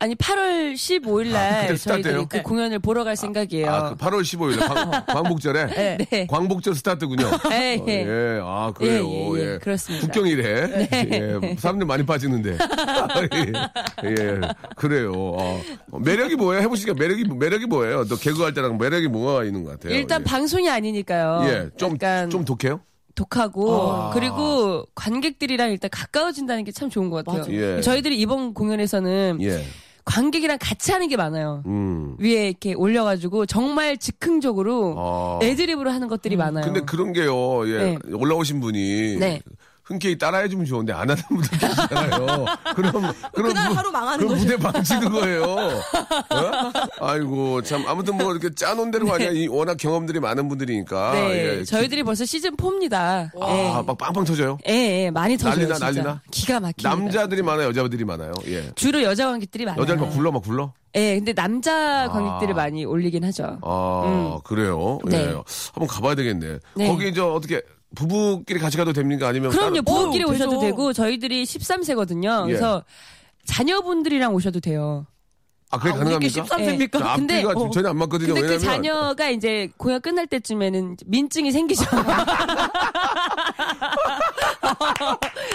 아니 8월 15일
아,
날
그때 스타트예요?
저희들이 그
네.
공연을 보러 갈 생각이에요.
아, 그 8월 15일
*laughs*
광, 광복절에
네.
광복절
*laughs*
스타트군요.
예,
어,
예.
예, 아 그래요.
예, 예, 예. 그렇습니다. 네.
국경일에 예, 사람들 많이 빠지는데. *laughs* 예, 예, 그래요. 어, 매력이 뭐예요? 해보시니까 매력이 매력이 뭐예요? 또 개그할 때랑 매력이 뭐가 있는 것 같아요?
일단
예.
방송이 아니니까요.
예, 좀,
약간
좀 독해요?
독하고
아.
그리고 관객들이랑 일단 가까워진다는 게 참 좋은 것 같아요.
맞아요. 예.
저희들이 이번 공연에서는
예.
관객이랑 같이 하는 게 많아요.
음.
위에 이렇게 올려가지고 정말 즉흥적으로
아. 그-
애드립으로 하는 것들이 많아요.
근데 그런 게요, 예.
네.
올라오신 분이.
네.
흔쾌히 따라해주면 좋은데 안 하는 분들
*laughs*
계시잖아요. 그럼 그럼
그날
무-
하루 망하는
그럼
거죠.
무대 망치는 거예요. 어? 아이고 참 아무튼 뭐 이렇게 짜놓은 대로 가냐. 이 워낙 경험들이 많은 분들이니까.
네,
예.
저희들이 벌써 시즌 4입니다.
아, 막 빵빵 터져요.
예, 예, 많이 터져요.
난리나,
진짜.
난리나?
기가 막힙니다. 네.
남자들이 많아요, 여자들이 많아요. 예.
주로 여자 관객들이 많아요.
여자들 막 굴러, 막 굴러.
예, 근데 남자 관객들을
아.
많이 올리긴 하죠.
아, 그래요.
네.
예. 한번 가봐야 되겠네.
네.
거기 저 어떻게 부부끼리 같이 가도 됩니까? 아니면 따로-
그럼요. 부부끼리
어,
오셔도
되죠.
되고 저희들이 13세거든요.
예.
그래서 자녀분들이랑 오셔도 돼요.
아, 그게 가능합니까?
13세입니까?
저 앞뒤가 지금 전혀 안 맞거든요.
근데 그
그러니까 왜냐면
자녀가 이제 공연 끝날 때쯤에는 이제 민증이 생기죠. *laughs*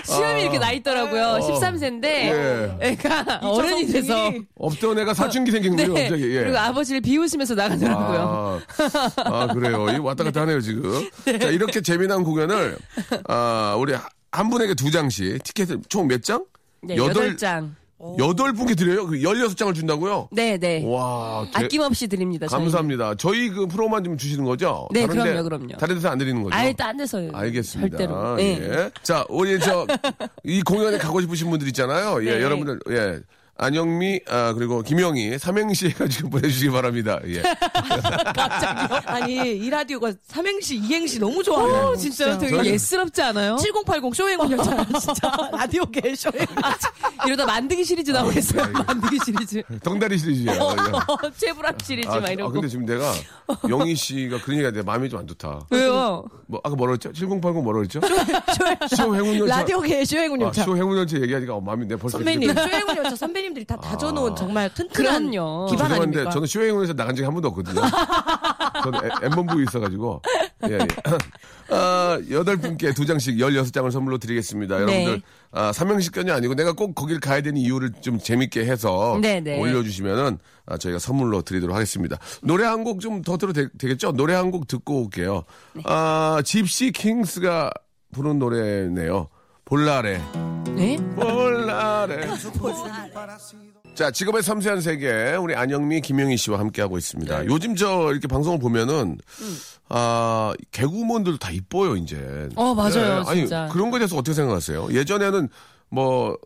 시험이 이렇게 나 있더라고요. 13세인데
어. 예.
애가 어른이 돼서
없던 애가 사춘기 생긴
네.
거예요, 갑자기. 예.
그리고 아버지를 비웃으면서 나가더라고요.
아, 아, 그래요. 이 왔다 갔다 하네요, 지금. 자, 이렇게 재미난 공연을, 아, 우리 한 분에게 두 장씩 티켓을 총 몇 장?
네, 여덟 장.
여덟 분께 드려요? 그 16장을 준다고요?
네, 네.
와, 대-
아낌없이 드립니다. 저희.
감사합니다. 저희 그 프로만 좀 주시는 거죠?
네,
다른 데-
그럼요, 그럼요.
다른 데서 안 드리는 거죠?
아예 딴 데서
알겠습니다.
네, 절대로.
예.
네.
자, 우리 저 이 공연에 가고 싶으신 분들 있잖아요. 예,
네.
여러분들 예. 안영미 아 그리고 김영희 삼행시 해가지고 *laughs* 보내주시기 바랍니다. 예.
*laughs* 아니 이 라디오가 삼행시 이행시 너무 좋아요.
어, 진짜 되게
저희-
예스럽지 않아요?
7080 쇼행운 열차 진짜 아, 라디오 개 쇼행.
*laughs* 이러다 만드기 시리즈 나오겠어요. 만드기 시리즈.
덩다리
*laughs*
시리즈예요. 아, 예.
최불암 시리즈
아,
막 이런
아,
거.
근데 지금 내가 영희 씨가 그런 얘기가 내 마음이 좀 안 좋다.
왜요?
뭐 아까 뭐라 그랬죠? 7080 뭐라 그랬죠? 쇼 행운 열차.
라디오 개 쇼행운
아,
열차.
쇼 행운 열차 얘기하니까 어, 마음이 내 벌써
선배님
이렇게
쇼행운 열차 선배님들이 다 다져놓은 정말 튼튼한
아. 그럼요.
어. 기반
죄송한데
아닙니까?
저는 쇼 행운에서 나간 적이 한 번도
*laughs*
없거든요. 저는 엠본부에 있어가지고 예, 예. 아, 여덟 분께 두 장씩 열여섯 장을 선물로 드리겠습니다.
네.
여러분들 아, 삼형식견이 아니고 내가 꼭 거길 가야 되는 이유를 좀 재밌게 해서
네, 네.
올려주시면은 아, 저희가 선물로 드리도록 하겠습니다. 노래 한 곡 좀 더 들어도 되, 겠죠 노래 한 곡 듣고 올게요.
네.
아, 집시 킹스가 부른 노래네요. 볼라레.
네?
볼라레. 자, 직업의 섬세한 세계, 우리 안영미, 김영희 씨와 함께하고 있습니다.
네.
요즘 저 이렇게 방송을 보면은,
음.
아, 개구먼들도 다 이뻐요, 이제. 네.
어, 맞아요,
아니,
진짜.
그런 거에 대해서 어떻게 생각하세요? 예전에는 뭐,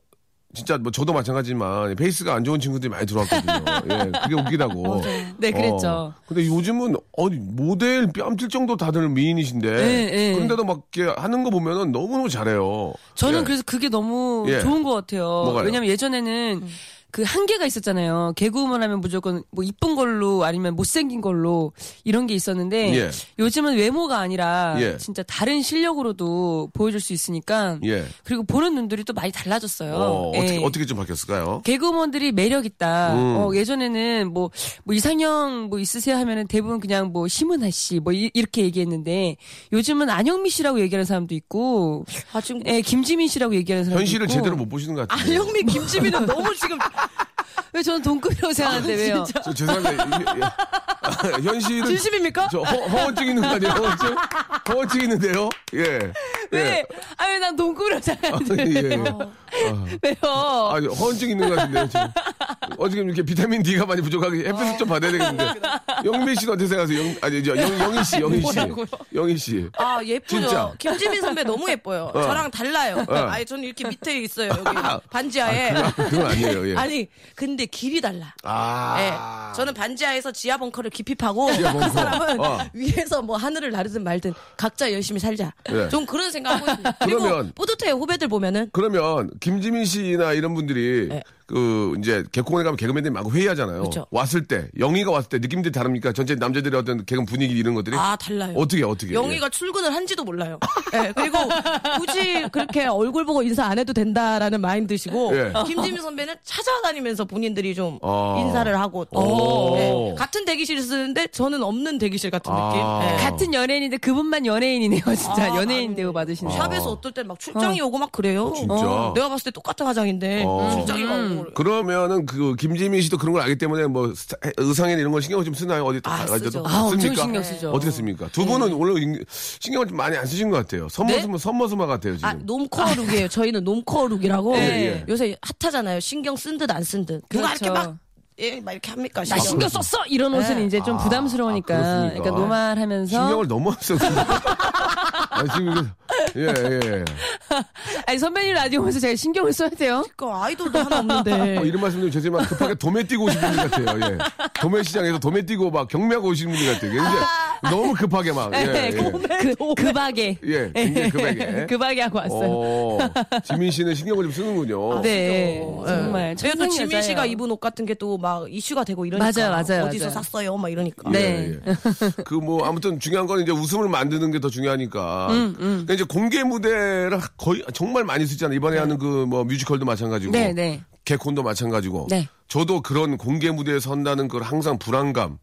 진짜 뭐 저도 마찬가지지만 베이스가 안 좋은 친구들이 많이
*laughs*
들어왔거든요. 예, 그게 웃기다고.
네, 그랬죠.
어, 근데 요즘은 어디 모델 뺨칠 정도 다들 미인이신데
예, 예.
그런데도 막 이렇게 하는 거 보면은 너무너무 잘해요.
저는
예.
그래서 그게 너무
예.
좋은 것 같아요.
뭐가요?
왜냐면
음.
예전에는 그 한계가 있었잖아요. 개그우먼 하면 무조건 뭐 이쁜 걸로 아니면 못생긴 걸로 이런 게 있었는데
예.
요즘은 외모가 아니라
예.
진짜 다른 실력으로도 보여줄 수 있으니까
예.
그리고 보는 눈들이 또 많이 달라졌어요.
어, 어떻게,
예.
어떻게 좀 바뀌었을까요?
개그우먼들이 매력
음.
있다. 어, 예전에는 뭐, 뭐 이상형 뭐 있으세요 하면은 대부분 그냥 뭐 심은하 씨 뭐 이렇게 얘기했는데 요즘은 안영미 씨라고 얘기하는 사람도 있고
아 지금
예, 김지민 씨라고 얘기하는 사람도
현실을
있고.
제대로 못 보시는 것 같아요.
안영미
*laughs*
김지민은 너무 지금
왜 저는 동급이라고
아,
생각하는데 왜요?
저 죄송한데 이게- 예. 아, 현실은
진심입니까?
저 허, 허언증 있는 거 아니에요? 허언증? 허언증 있는데요? 예.
네.
왜? 아니 난 동급이라고
예.
생각하는데
예.
*laughs*
어.
왜요?
아, 허언증 있는 것 같은데요, 지금. 어, 지금 이렇게 비타민 D가 많이 부족하게 햇볕을 좀 받아야 되겠는데. 영민 씨는 어떻게 생각하세요? 영, 아니, 저, 영, 영희 씨, 영희 씨. 영희 씨.
아 예쁘죠.
진짜. 어.
김지민 선배 너무 예뻐요. 저랑 달라요. 아니 저는 이렇게 밑에
*laughs*
있어요. 여기 반지하에.
아, 그건 아니에요, 예.
아니 근데 길이 달라.
아.
예. 저는 반지하에서 지하 벙커를 깊이 파고
지하 벙커.
그 사람은
어.
위에서 뭐 하늘을 나르든 말든 각자 열심히 살자.
예.
좀 그런 생각하고 있습니다. 그리고
그러면-
뿌듯해요 후배들 보면은.
그러면 김지민 씨나 이런 분들이 그 이제 개콘에 가면 개그맨들이 막 회의하잖아요.
네. 그쵸.
왔을 때 영희가 왔을 때 느낌들이 다릅니까? 전체 남자들의 어떤 개그 분위기 이런 것들이
아 달라요.
예. 어떻게 어떻게
영희가 출근을
*laughs*
한지도 몰라요. 예, 그리고 굳이 그렇게 얼굴 보고 인사 안 해도 된다라는 마인드시고
예.
김지민 선배는 찾아다니면서 본인들이 좀
아.
인사를 하고
오.
또 예, 같은 대기실을 쓰는데 저는 없는 대기실 같은
아.
느낌. 예.
같은 연예인인데 그분만 연예인이네요, *laughs* 진짜.
아,
연예인
아니.
대우 받으시는.
샵에서 어떨 땐 막 출장이 오고 막 그래요.
어,
어.
진짜?
내가 봤을 때 똑같은 화장인데
어.
출장이
음.
막 오고 그래.
그러면은 그 김지민 씨도 그런 걸 알기 때문에 뭐 스타- 의상에 이런 걸 신경 좀 쓰나요? 어디
아,
가가지고
쓰죠. 네.
아, 엄청
씁니까?
신경 쓰죠.
어떻게 씁니까? 두 분은 원래 인- 신경을 좀 많이 안 쓰신 것 같아요. 선머스마 선머스마 같아요 지금.
아, 놈코어 룩이에요. 저희는 놈코어 룩이라고
예, 예.
요새 핫하잖아요. 신경 쓴 듯 안 쓴 듯. 누가
그렇죠.
이렇게 막, 예, 막 이렇게 합니까?
나 신경 썼어! 이런 옷은
네.
이제 좀
아,
부담스러우니까.
아, 그렇습니까?
그러니까
*laughs*
노말하면서.
신경을 너무 안 썼어요. 아, 지금 이거- 그, 예 예.
아니 선배님 라디오 보면서 제가 신경을 써야 돼요. 예.
그러니까 아이돌도
*laughs*
하나 없는데.
어, 이런 말씀드리면 죄송하지만 급하게 도매 뛰고 오신 분들 같아요. 예. 도매 시장에서 도매 뛰고 막 경매하고 오신 분들 같아요. 굉장히 너무 급하게 막. 예, 예.
그, 그, 급하게.
예, 굉장히 급하게.
*laughs* 급하게 하고 왔어요.
어, 지민 씨는 신경을 좀 쓰는군요.
네,
어,
정말.
예. 왜냐면 또
천생
지민 씨가
여자예요.
입은 옷 같은 게 또 막 이슈가 되고 이러니까
맞아요, 맞아요,
어디서
맞아요.
샀어요, 막 이러니까.
네.
예, 그 뭐 아무튼 중요한 건 이제 웃음을 만드는 게 더 중요하니까.
음,
그러니까 이제 공개 무대를 거의 정말 많이 쓰잖아요. 이번에 하는 그 뭐 뮤지컬도 마찬가지고.
네, 네.
개콘도 마찬가지고.
네.
저도 그런 공개 무대에 선다는 걸 항상
*laughs*
불안감.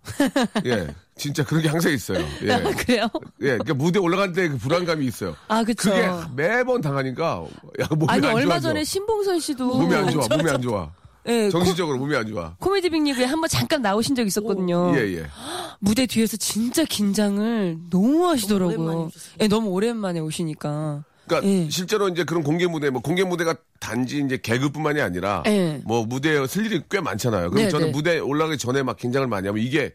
예. 진짜 그런 게 항상 있어요. 예.
아, 그래요?
예, 그러니까 무대 올라갈 때 그 불안감이 있어요.
아, 그쵸.
그게 매번 당하니까 야, 몸이
아니
안
얼마
좋아져.
전에 신봉선 씨도
몸이 안 좋아, 몸이 안 좋아.
예,
정신적으로 몸이 안 좋아.
코, 미디빅 리그에 한번 잠깐 나오신 적 있었거든요.
예, 예.
무대 뒤에서 진짜 긴장을 너무
너무 오랜만에
하시더라고요.
오셨어요.
예, 너무 오랜만에 오시니까.
그러니까
예.
실제로 이제 그런 공개 무대, 뭐 공개 무대가 단지 이제 개그뿐만이 아니라
예.
뭐 무대에 쓸 일이 꽤 많잖아요. 그럼
네,
저는
네.
무대 올라가기 전에 막 긴장을 많이 하면 이게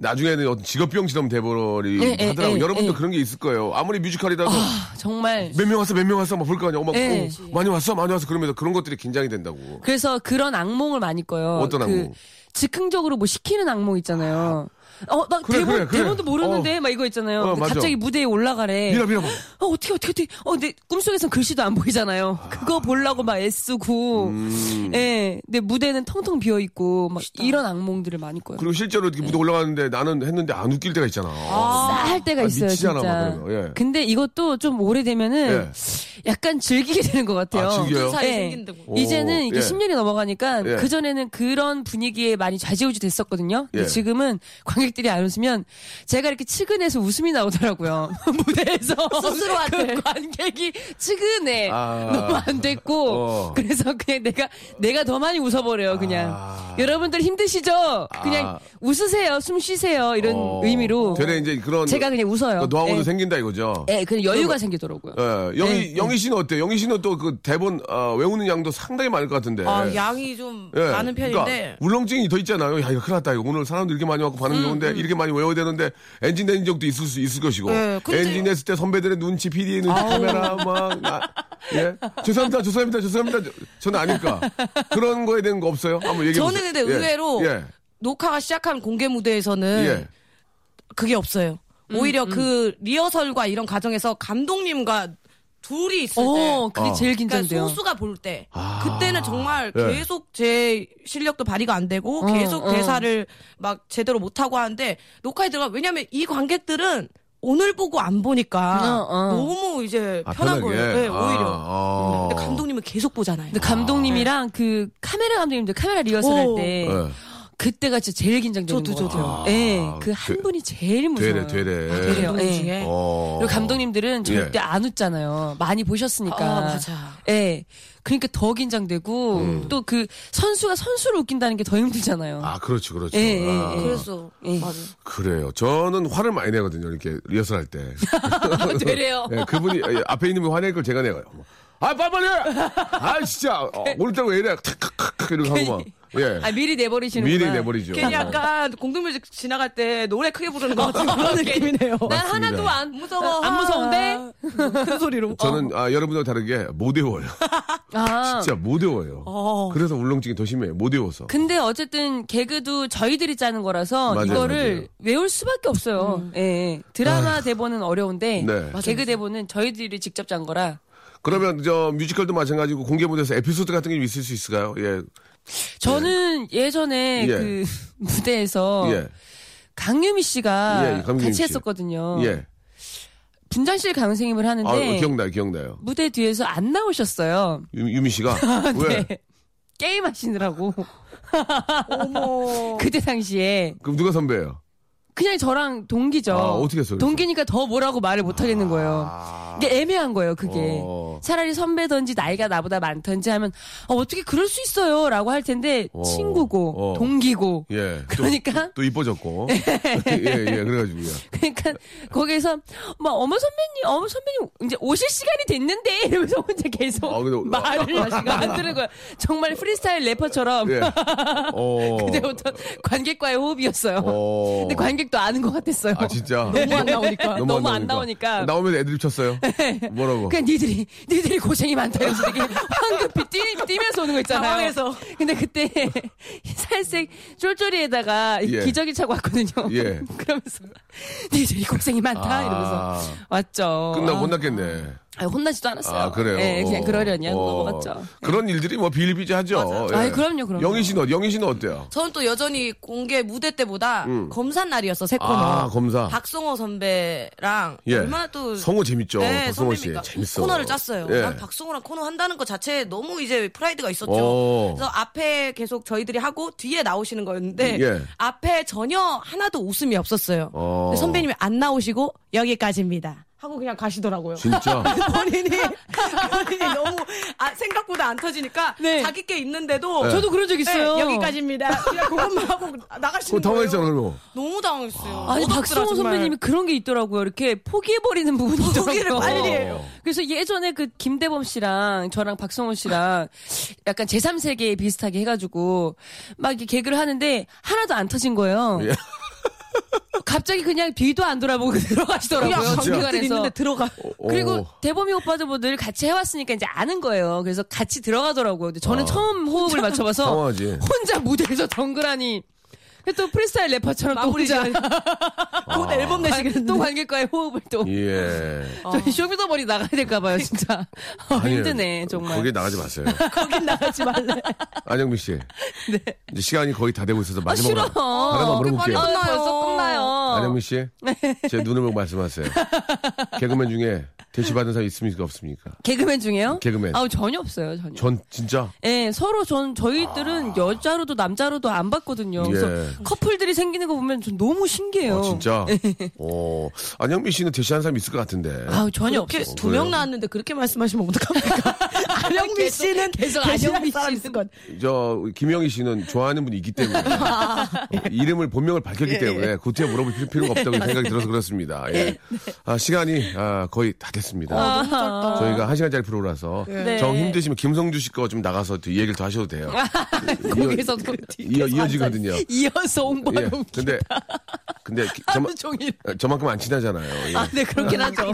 나중에는 어떤 직업병처럼 돼버리
예, 예,
하더라고요.
예,
여러분도
예.
그런 게 있을 거예요. 아무리 뮤지컬이라도
아, 정말.
몇 명 왔어, 몇 명 왔어, 막 볼 거 아니야. 어, 막,
예.
어, 많이 왔어, 많이 왔어. 그러면서 그런 것들이 긴장이 된다고.
그래서 그런 악몽을 많이 꿔요. 그
어떤 악몽?
즉흥적으로 뭐 시키는 악몽 있잖아요. 어, 나
그래,
대본,
그래, 그래.
대본도 모르는데, 막 이거 있잖아요.
어,
근데
맞아.
갑자기 무대에 올라가래.
미라, 미라, 봐.
어, 어떻게, 어떻게, 어떻게. 어, 내 꿈속에선 글씨도 안 보이잖아요. 그거 보려고 막 애쓰고.
음.
예. 근데 무대는 텅텅 비어있고, 막 이런 악몽들을 많이 꿔요.
그리고 실제로
네.
이렇게 무대 올라가는데 나는 했는데 안 웃길 때가 있잖아.
싸할 때가
아,
있어요,
미치잖아, 막
진짜.
그러면, 예.
근데 이것도 좀 오래되면은 약간 즐기게 되는 것 같아요.
아, 즐겨요?
살이
예.
생긴다고.
이제는 이게
오, 예.
10년이 넘어가니까
예.
그전에는 그런 분위기에 많이 좌지우지 됐었거든요. 근데
예.
지금은 관객들이 안 웃으면 제가 이렇게 측은해서 웃음이 나오더라고요. *laughs* 무대에서.
스스로한테.
그 관객이 측은해.
아.
너무 안 됐고.
어.
그래서 그냥 내가, 내가 더 많이 웃어버려요, 그냥.
아.
여러분들 힘드시죠? 그냥
아.
웃으세요. 숨 쉬세요.
그
이런
어,
의미로.
되레 이제 그런
제가 그냥 웃어요.
그 노하우도
예.
생긴다 이거죠.
예, 그냥 여유가 생기더라고요.
예, 영희 영희 씨는 어때요? 영희 씨는 또 그 대본 어, 외우는 양도 상당히 많을 것 같은데.
아, 양이 좀
예,
많은
그러니까
편인데. 음,
울렁증이 더 있잖아요. 야 이거 큰일 났다. 이거 오늘 사람들 이렇게 많이 왔고 반응 좋은데 이렇게 많이 외워야 되는데 엔진 낸 적도 있을 수 있을 것이고
예, 근데-
엔진 냈을 때 선배들의 눈치, PD의 눈치, 카메라 막 나, 예, 죄송합니다, 죄송합니다, 죄송합니다. 저는 아니까 그런 거에 대한 거 없어요? 한번 얘기해 보세요.
저는 근데
예,
의외로
예,
녹화가 시작한 공개 무대에서는
예.
그게 없어요.
음,
오히려 그 리허설과 이런 과정에서 감독님과 둘이 있을 때
어, 그게
어.
제일
그러니까
긴장돼요.
소수가 볼 때 그때는 정말
예.
계속 제 실력도 발휘가 안 되고 계속
어.
대사를 막 제대로 못 하고 하는데 녹화에 들어가 왜냐면 이 관객들은 오늘 보고 안 보니까
어, 어.
너무 이제
아, 편하게.
편한 거예요. 네,
아,
오히려.
아.
근데 감독님은 계속 보잖아요.
근데 감독님이랑 그 카메라 감독님들 카메라 리허설
오.
할 때
예.
그때가 진짜 제일 긴장되는
저도,
것 같아요.
저도요.
예,
아,
그 한
되-
분이 제일 무서워요.
되레 되레.
아, 되레요.
감독님
예.
중에
어.
그리고 감독님들은 절대 안 웃잖아요. 많이 보셨으니까.
아, 맞아.
예. 그러니까 더 긴장되고 또 그 선수가 선수를 웃긴다는 게 더 힘들잖아요.
음.
*laughs*
아, 그렇죠, 그렇죠.
예, 예,
아,
예.
그래서
예.
맞아.
그래요. 저는 화를 많이 내거든요. 이렇게 리허설 할 때.
아, 되레요.
예, 그분이 예, 앞에 있는 분 화낼 걸 제가 내가요. 아, 빨리빨리! 해! 아, 진짜.
*laughs*
어, 오늘 따라 왜 이래? 탁탁탁 이러고 하고 막. 예.
아, 미리 내버리시는
미리 내버리죠.
괜히 약간 공동묘지 지나갈 때 노래 크게 부르는 것 같은 그런 느낌이네요.
난 하나도 안 무서워. 안 무서운데?
큰 소리로.
저는 아, 여러분과 다르게 못 외워요.
아.
진짜 못 외워요.
어.
그래서 울렁증이 더 심해요. 못 외워서.
근데 어쨌든 개그도 저희들이 짜는 거라서
맞아요,
이거를
맞아요.
외울 수밖에 없어요. 예, 예. 드라마 대본은 어려운데
네.
맞아요, 개그 대본은 저희들이 직접 짠 거라
그러면 저 뮤지컬도 마찬가지고 공개 무대에서 에피소드 같은 게 있을 수 있을까요? 예.
저는 예. 전에
예.
그 *laughs* 무대에서
예.
강유미
예,
씨가
강유미
같이
씨.
했었거든요.
예.
분장실 강생임을 하는데
아, 기억나요, 기억나요.
무대 뒤에서 안 나오셨어요.
유- 유미
*laughs*
씨가.
네.
왜?
게임 하시느라고
어머.
그때 당시에
그럼 누가 선배예요?
그냥 저랑 동기죠.
아, 어떻게 했어요, 그래서?
동기니까 더 뭐라고 말을 못 하겠는 거예요. 이게 애매한 거예요, 그게.
어.
차라리 선배든지 나이가 나보다 많든지 하면 어, 어떻게 그럴 수 있어요? 라고 할 텐데
어.
친구고
어.
동기고
예. 또-
그러니까?
또
*laughs*
이뻐졌고. 예, 예, 그래가지고요.
그러니까 거기에서 막 어머 선배님 어머 선배님 이제 오실 시간이 됐는데 이러면서 혼자 계속
아, 근데-
말을 안 들은 거야. 정말 프리스타일 래퍼처럼
예. 어.
그때부터 관객과의 호흡이었어요.
어.
근데 관객 아직도 아는 것 같았어요.
아, 진짜?
너무 안 나오니까. 너무, 안 나오니까. 예.
나오면 애드립
*laughs*
쳤어요. 뭐라고?
그냥 니들이 니들이 고생이 많다 이러면서 되게 황급히 뛰, 뛰면서 오는 거 있잖아요.
당황해서.
근데 그때 살색 쫄쫄이에다가
예.
기저귀 차고 왔거든요.
예.
*laughs* 그러면서 니들이 고생이 많다
아.
이러면서 왔죠.
끝나 못
아.
났겠네.
아, 혼나지도 않았어요.
아 그래요.
예, 그냥
어.
그러려냐고
어.
넘어갔죠.
그런 일들이 뭐 비일비재하죠. 예.
아이, 그럼요, 그럼요.
영희 씨는 어- 영희 씨는 어때요?
저는 또 여전히 공개 무대 때보다 검사 날이었어 새 코너.
음. 아 검사.
박성호 선배랑
예.
얼마나 또
성우 재밌죠.
네,
박성호 씨
선배입니까?
재밌어.
코너를 짰어요.
예.
난 박성호랑 코너 한다는 것 자체에 너무 이제 프라이드가 있었죠.
오.
그래서 앞에 계속 저희들이 하고 뒤에 나오시는 거였는데
예.
앞에 전혀 하나도 웃음이 없었어요.
어.
근데 선배님이 안 나오시고
*laughs*
여기까지입니다. 하고 그냥
*laughs*
가시더라고요.
진짜.
본인이 본인이 너무 아, 생각보다 안 터지니까
네.
자기 게 있는데도
네. 저도
그런 적 있어요.
네, 여기까지입니다. 그냥 그것만 하고
그거
나가시는
당황했잖아
거예요.
그리고.
너무 당황했어요.
아니
어떡하더라,
박성호
정말.
선배님이 그런 게 있더라고요. 이렇게 포기해버리는 부분이 있더라고요.
포기를 빨리
어.
해요.
그래서 예전에 그 김대범 씨랑 저랑 박성호 씨랑 약간 제3세계 비슷하게 해가지고 막 이렇게 개그를 하는데 하나도 안 터진 거예요.
예.
갑자기 그냥 뒤도 안 돌아보고 *laughs* 들어가시더라고요.
그냥 관객들
관계관에서.
있는데 들어가.
오.
그리고 대범이 오빠도 뭐 늘 같이 해왔으니까 이제 아는 거예요. 그래서 같이 들어가더라고요. 근데 저는 처음 호흡을 맞춰봐서
아. 당황하지.
혼자 무대에서 덩그라니 또 프리스타일 래퍼처럼 또
마무리
혼자
잘- 곧 앨범 내시겠는데.
어. *laughs* 또 관객과의 호흡을 또
예.
어. 저희 쇼미더머니 나가야 될까봐요 진짜 어, 힘드네 정말
그
아,
거기 나가지 마세요.
거긴 나가지 말래.
안영미 씨. 이제 시간이 거의 다 되고 있어서
아,
마지막으로
싫어
하나만 물어볼게요.
아,
끝나요.
벌써 끝나요
안영미 씨. 제 눈을 보고 말씀하세요. 개그맨 중에 대시 받은 사람 있습니까 없습니까?
개그맨 중에요?
개그맨.
아우 전혀 없어요 전혀
전 진짜
예, 서로 전 저희들은 여자로도 남자로도 안 봤거든요.
아. 예.
그래서 커플들이 생기는 거 보면 전 너무 신기해요.
어, 진짜. 어, 안영미 씨는 대시한 사람 있을 것 같은데.
아우 전혀
이렇게
없어.
두 명 나왔는데 그렇게
*laughs*
말씀하시면 어떡합니까? 안영미 씨는 계속 안영미 사람 있을 것. 같아요.
저 김영희 씨는 좋아하는 분이 있기 때문에 어, 이름을 본명을 밝혔기 때문에 그 뒤에 물어볼 필- 필요가 없다고 생각이 들어서 그렇습니다. 예. 아, 시간이 아, 거의 다 됐습니다.
아,
저희가 한 시간짜리 프로라서
네.
정 힘드시면 김성주 씨 거 좀 나가서 또 얘기를 더 하셔도
*laughs*
돼요.
거기서
이어- 이어, 이어지거든요.
이어서 홍보하고
예. 근데 근데 기- 저마,
하루 *laughs* 종일.
저만큼 안 친하잖아요. 예.
아, 네 그렇긴 하죠.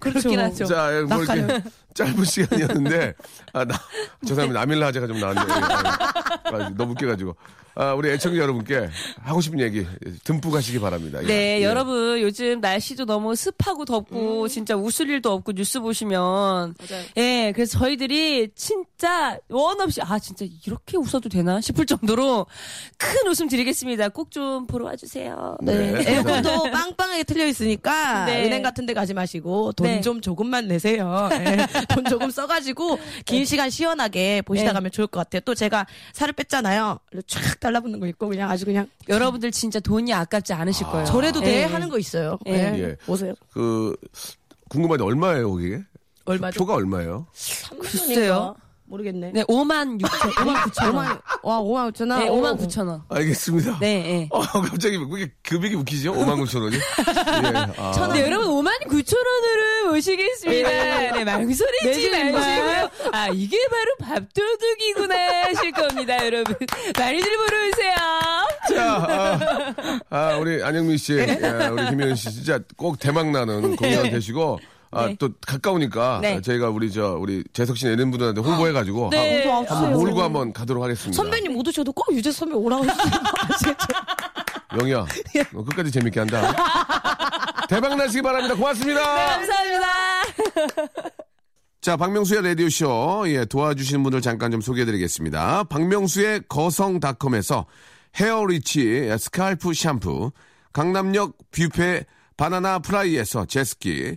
그렇긴 하죠.
자, 예, 뭐 이렇게 *laughs* 짧은 시간이었는데, 아, 나, 죄송합니다. 아밀라 하제가 좀 나왔네요. 예. 아, 너무 웃겨가지고. 아, 우리 애청자 여러분께 하고 싶은 얘기 듬뿍 하시기 바랍니다. 예.
네,
예.
여러분 요즘 날씨도 너무 습하고 덥고
음.
진짜 웃을 일도 없고 뉴스 보시면 예, 그래서 저희들이 진짜 원 없이 아 진짜 이렇게 웃어도 되나 싶을 정도로 큰 웃음 드리겠습니다. 꼭 좀 보러 와주세요.
네.
조금 더 빵빵하게 틀려 있으니까
네.
은행 같은 데 가지 마시고 돈
네.
좀 조금만
*laughs*
내세요. 예. 돈 조금 써가지고 긴 시간 시원하게 보시다
네.
가면 좋을 것 같아요. 또 제가 살을 뺐잖아요. 촥 달라붙는 거 있고 그냥 아주 그냥
여러분들 진짜 돈이 아깝지 않으실 거예요.
저래도 돼
예.
하는 거 있어요.
예.
예.
예.
오세요.
그, 궁금한데 얼마예요, 거기에?
얼마죠?
표가 얼마예요?
글쎄요.
그러니까. 모르겠네.
네, 아, 5만 6천, 5만 9천 원.
와 5만 아, 5천 원.
네, 5만 9천 원.
알겠습니다.
네, 예.
어, *laughs* 갑자기 그게 금액이 웃기죠? 5만 9천 원이? 예. 아.
네, 여러분 5만 9천 원으로 모시겠습니다. 네, 망설이지
내지
마시고요. 아, 이게 바로 밥도둑이구나 하실 겁니다, 여러분. 많이들 보러 오세요.
자, 아, 아, 우리 안영민 씨, 예, 우리 김현 씨 진짜 꼭 대박 나는 공연 되시고. 아,
네.
또 가까우니까
네.
저희가 우리 저 우리 재석 씨 내는 분들한테 홍보해 가지고
네.
한번 아, 몰고 한번 가도록 하겠습니다.
선배님 못 오셔도 꼭 유재 선배 오라고 해주세요.
영희야, 너 끝까지 재밌게 한다. 대박 나시기 바랍니다. 고맙습니다.
감사합니다.
자, 박명수의 라디오쇼. 예, 도와주신 분들 잠깐 좀 소개해드리겠습니다. 박명수의 거성닷컴에서 헤어리치 예, 스칼프 샴푸, 강남역 뷔페 바나나 프라이에서 제스키,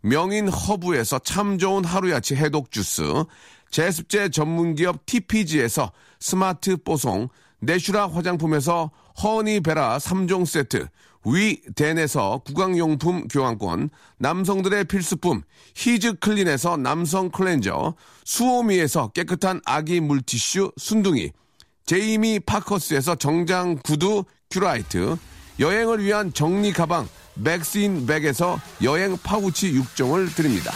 명인 허브에서 참 좋은 하루야치 해독 주스 제습제 전문기업 TPG에서 스마트 뽀송 내슈라 화장품에서 허니베라 3종 세트 위덴에서 구강용품 교환권, 남성들의 필수품 히즈클린에서 남성 클렌저, 수오미에서 깨끗한 아기 물티슈 순둥이, 제이미 파커스에서 정장 구두 큐라이트, 여행을 위한 정리 가방 맥스인 백에서 여행 파우치 6종을 드립니다.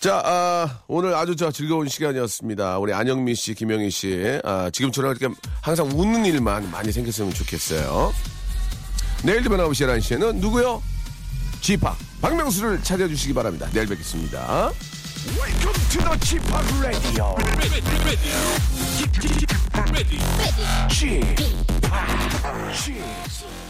자, 아, 오늘 아주 저 즐거운 시간이었습니다. 우리 안영미 씨, 김영희 씨, 아, 지금처럼 이렇게 항상 웃는 일만 많이 생겼으면 좋겠어요. 내일도 변함없이 11시에는 누구요? 지파 박명수를 찾아주시기 바랍니다. 내일 뵙겠습니다.
Welcome to the Chip Radio. Ready, ready, ready, ready. Chip, Chip.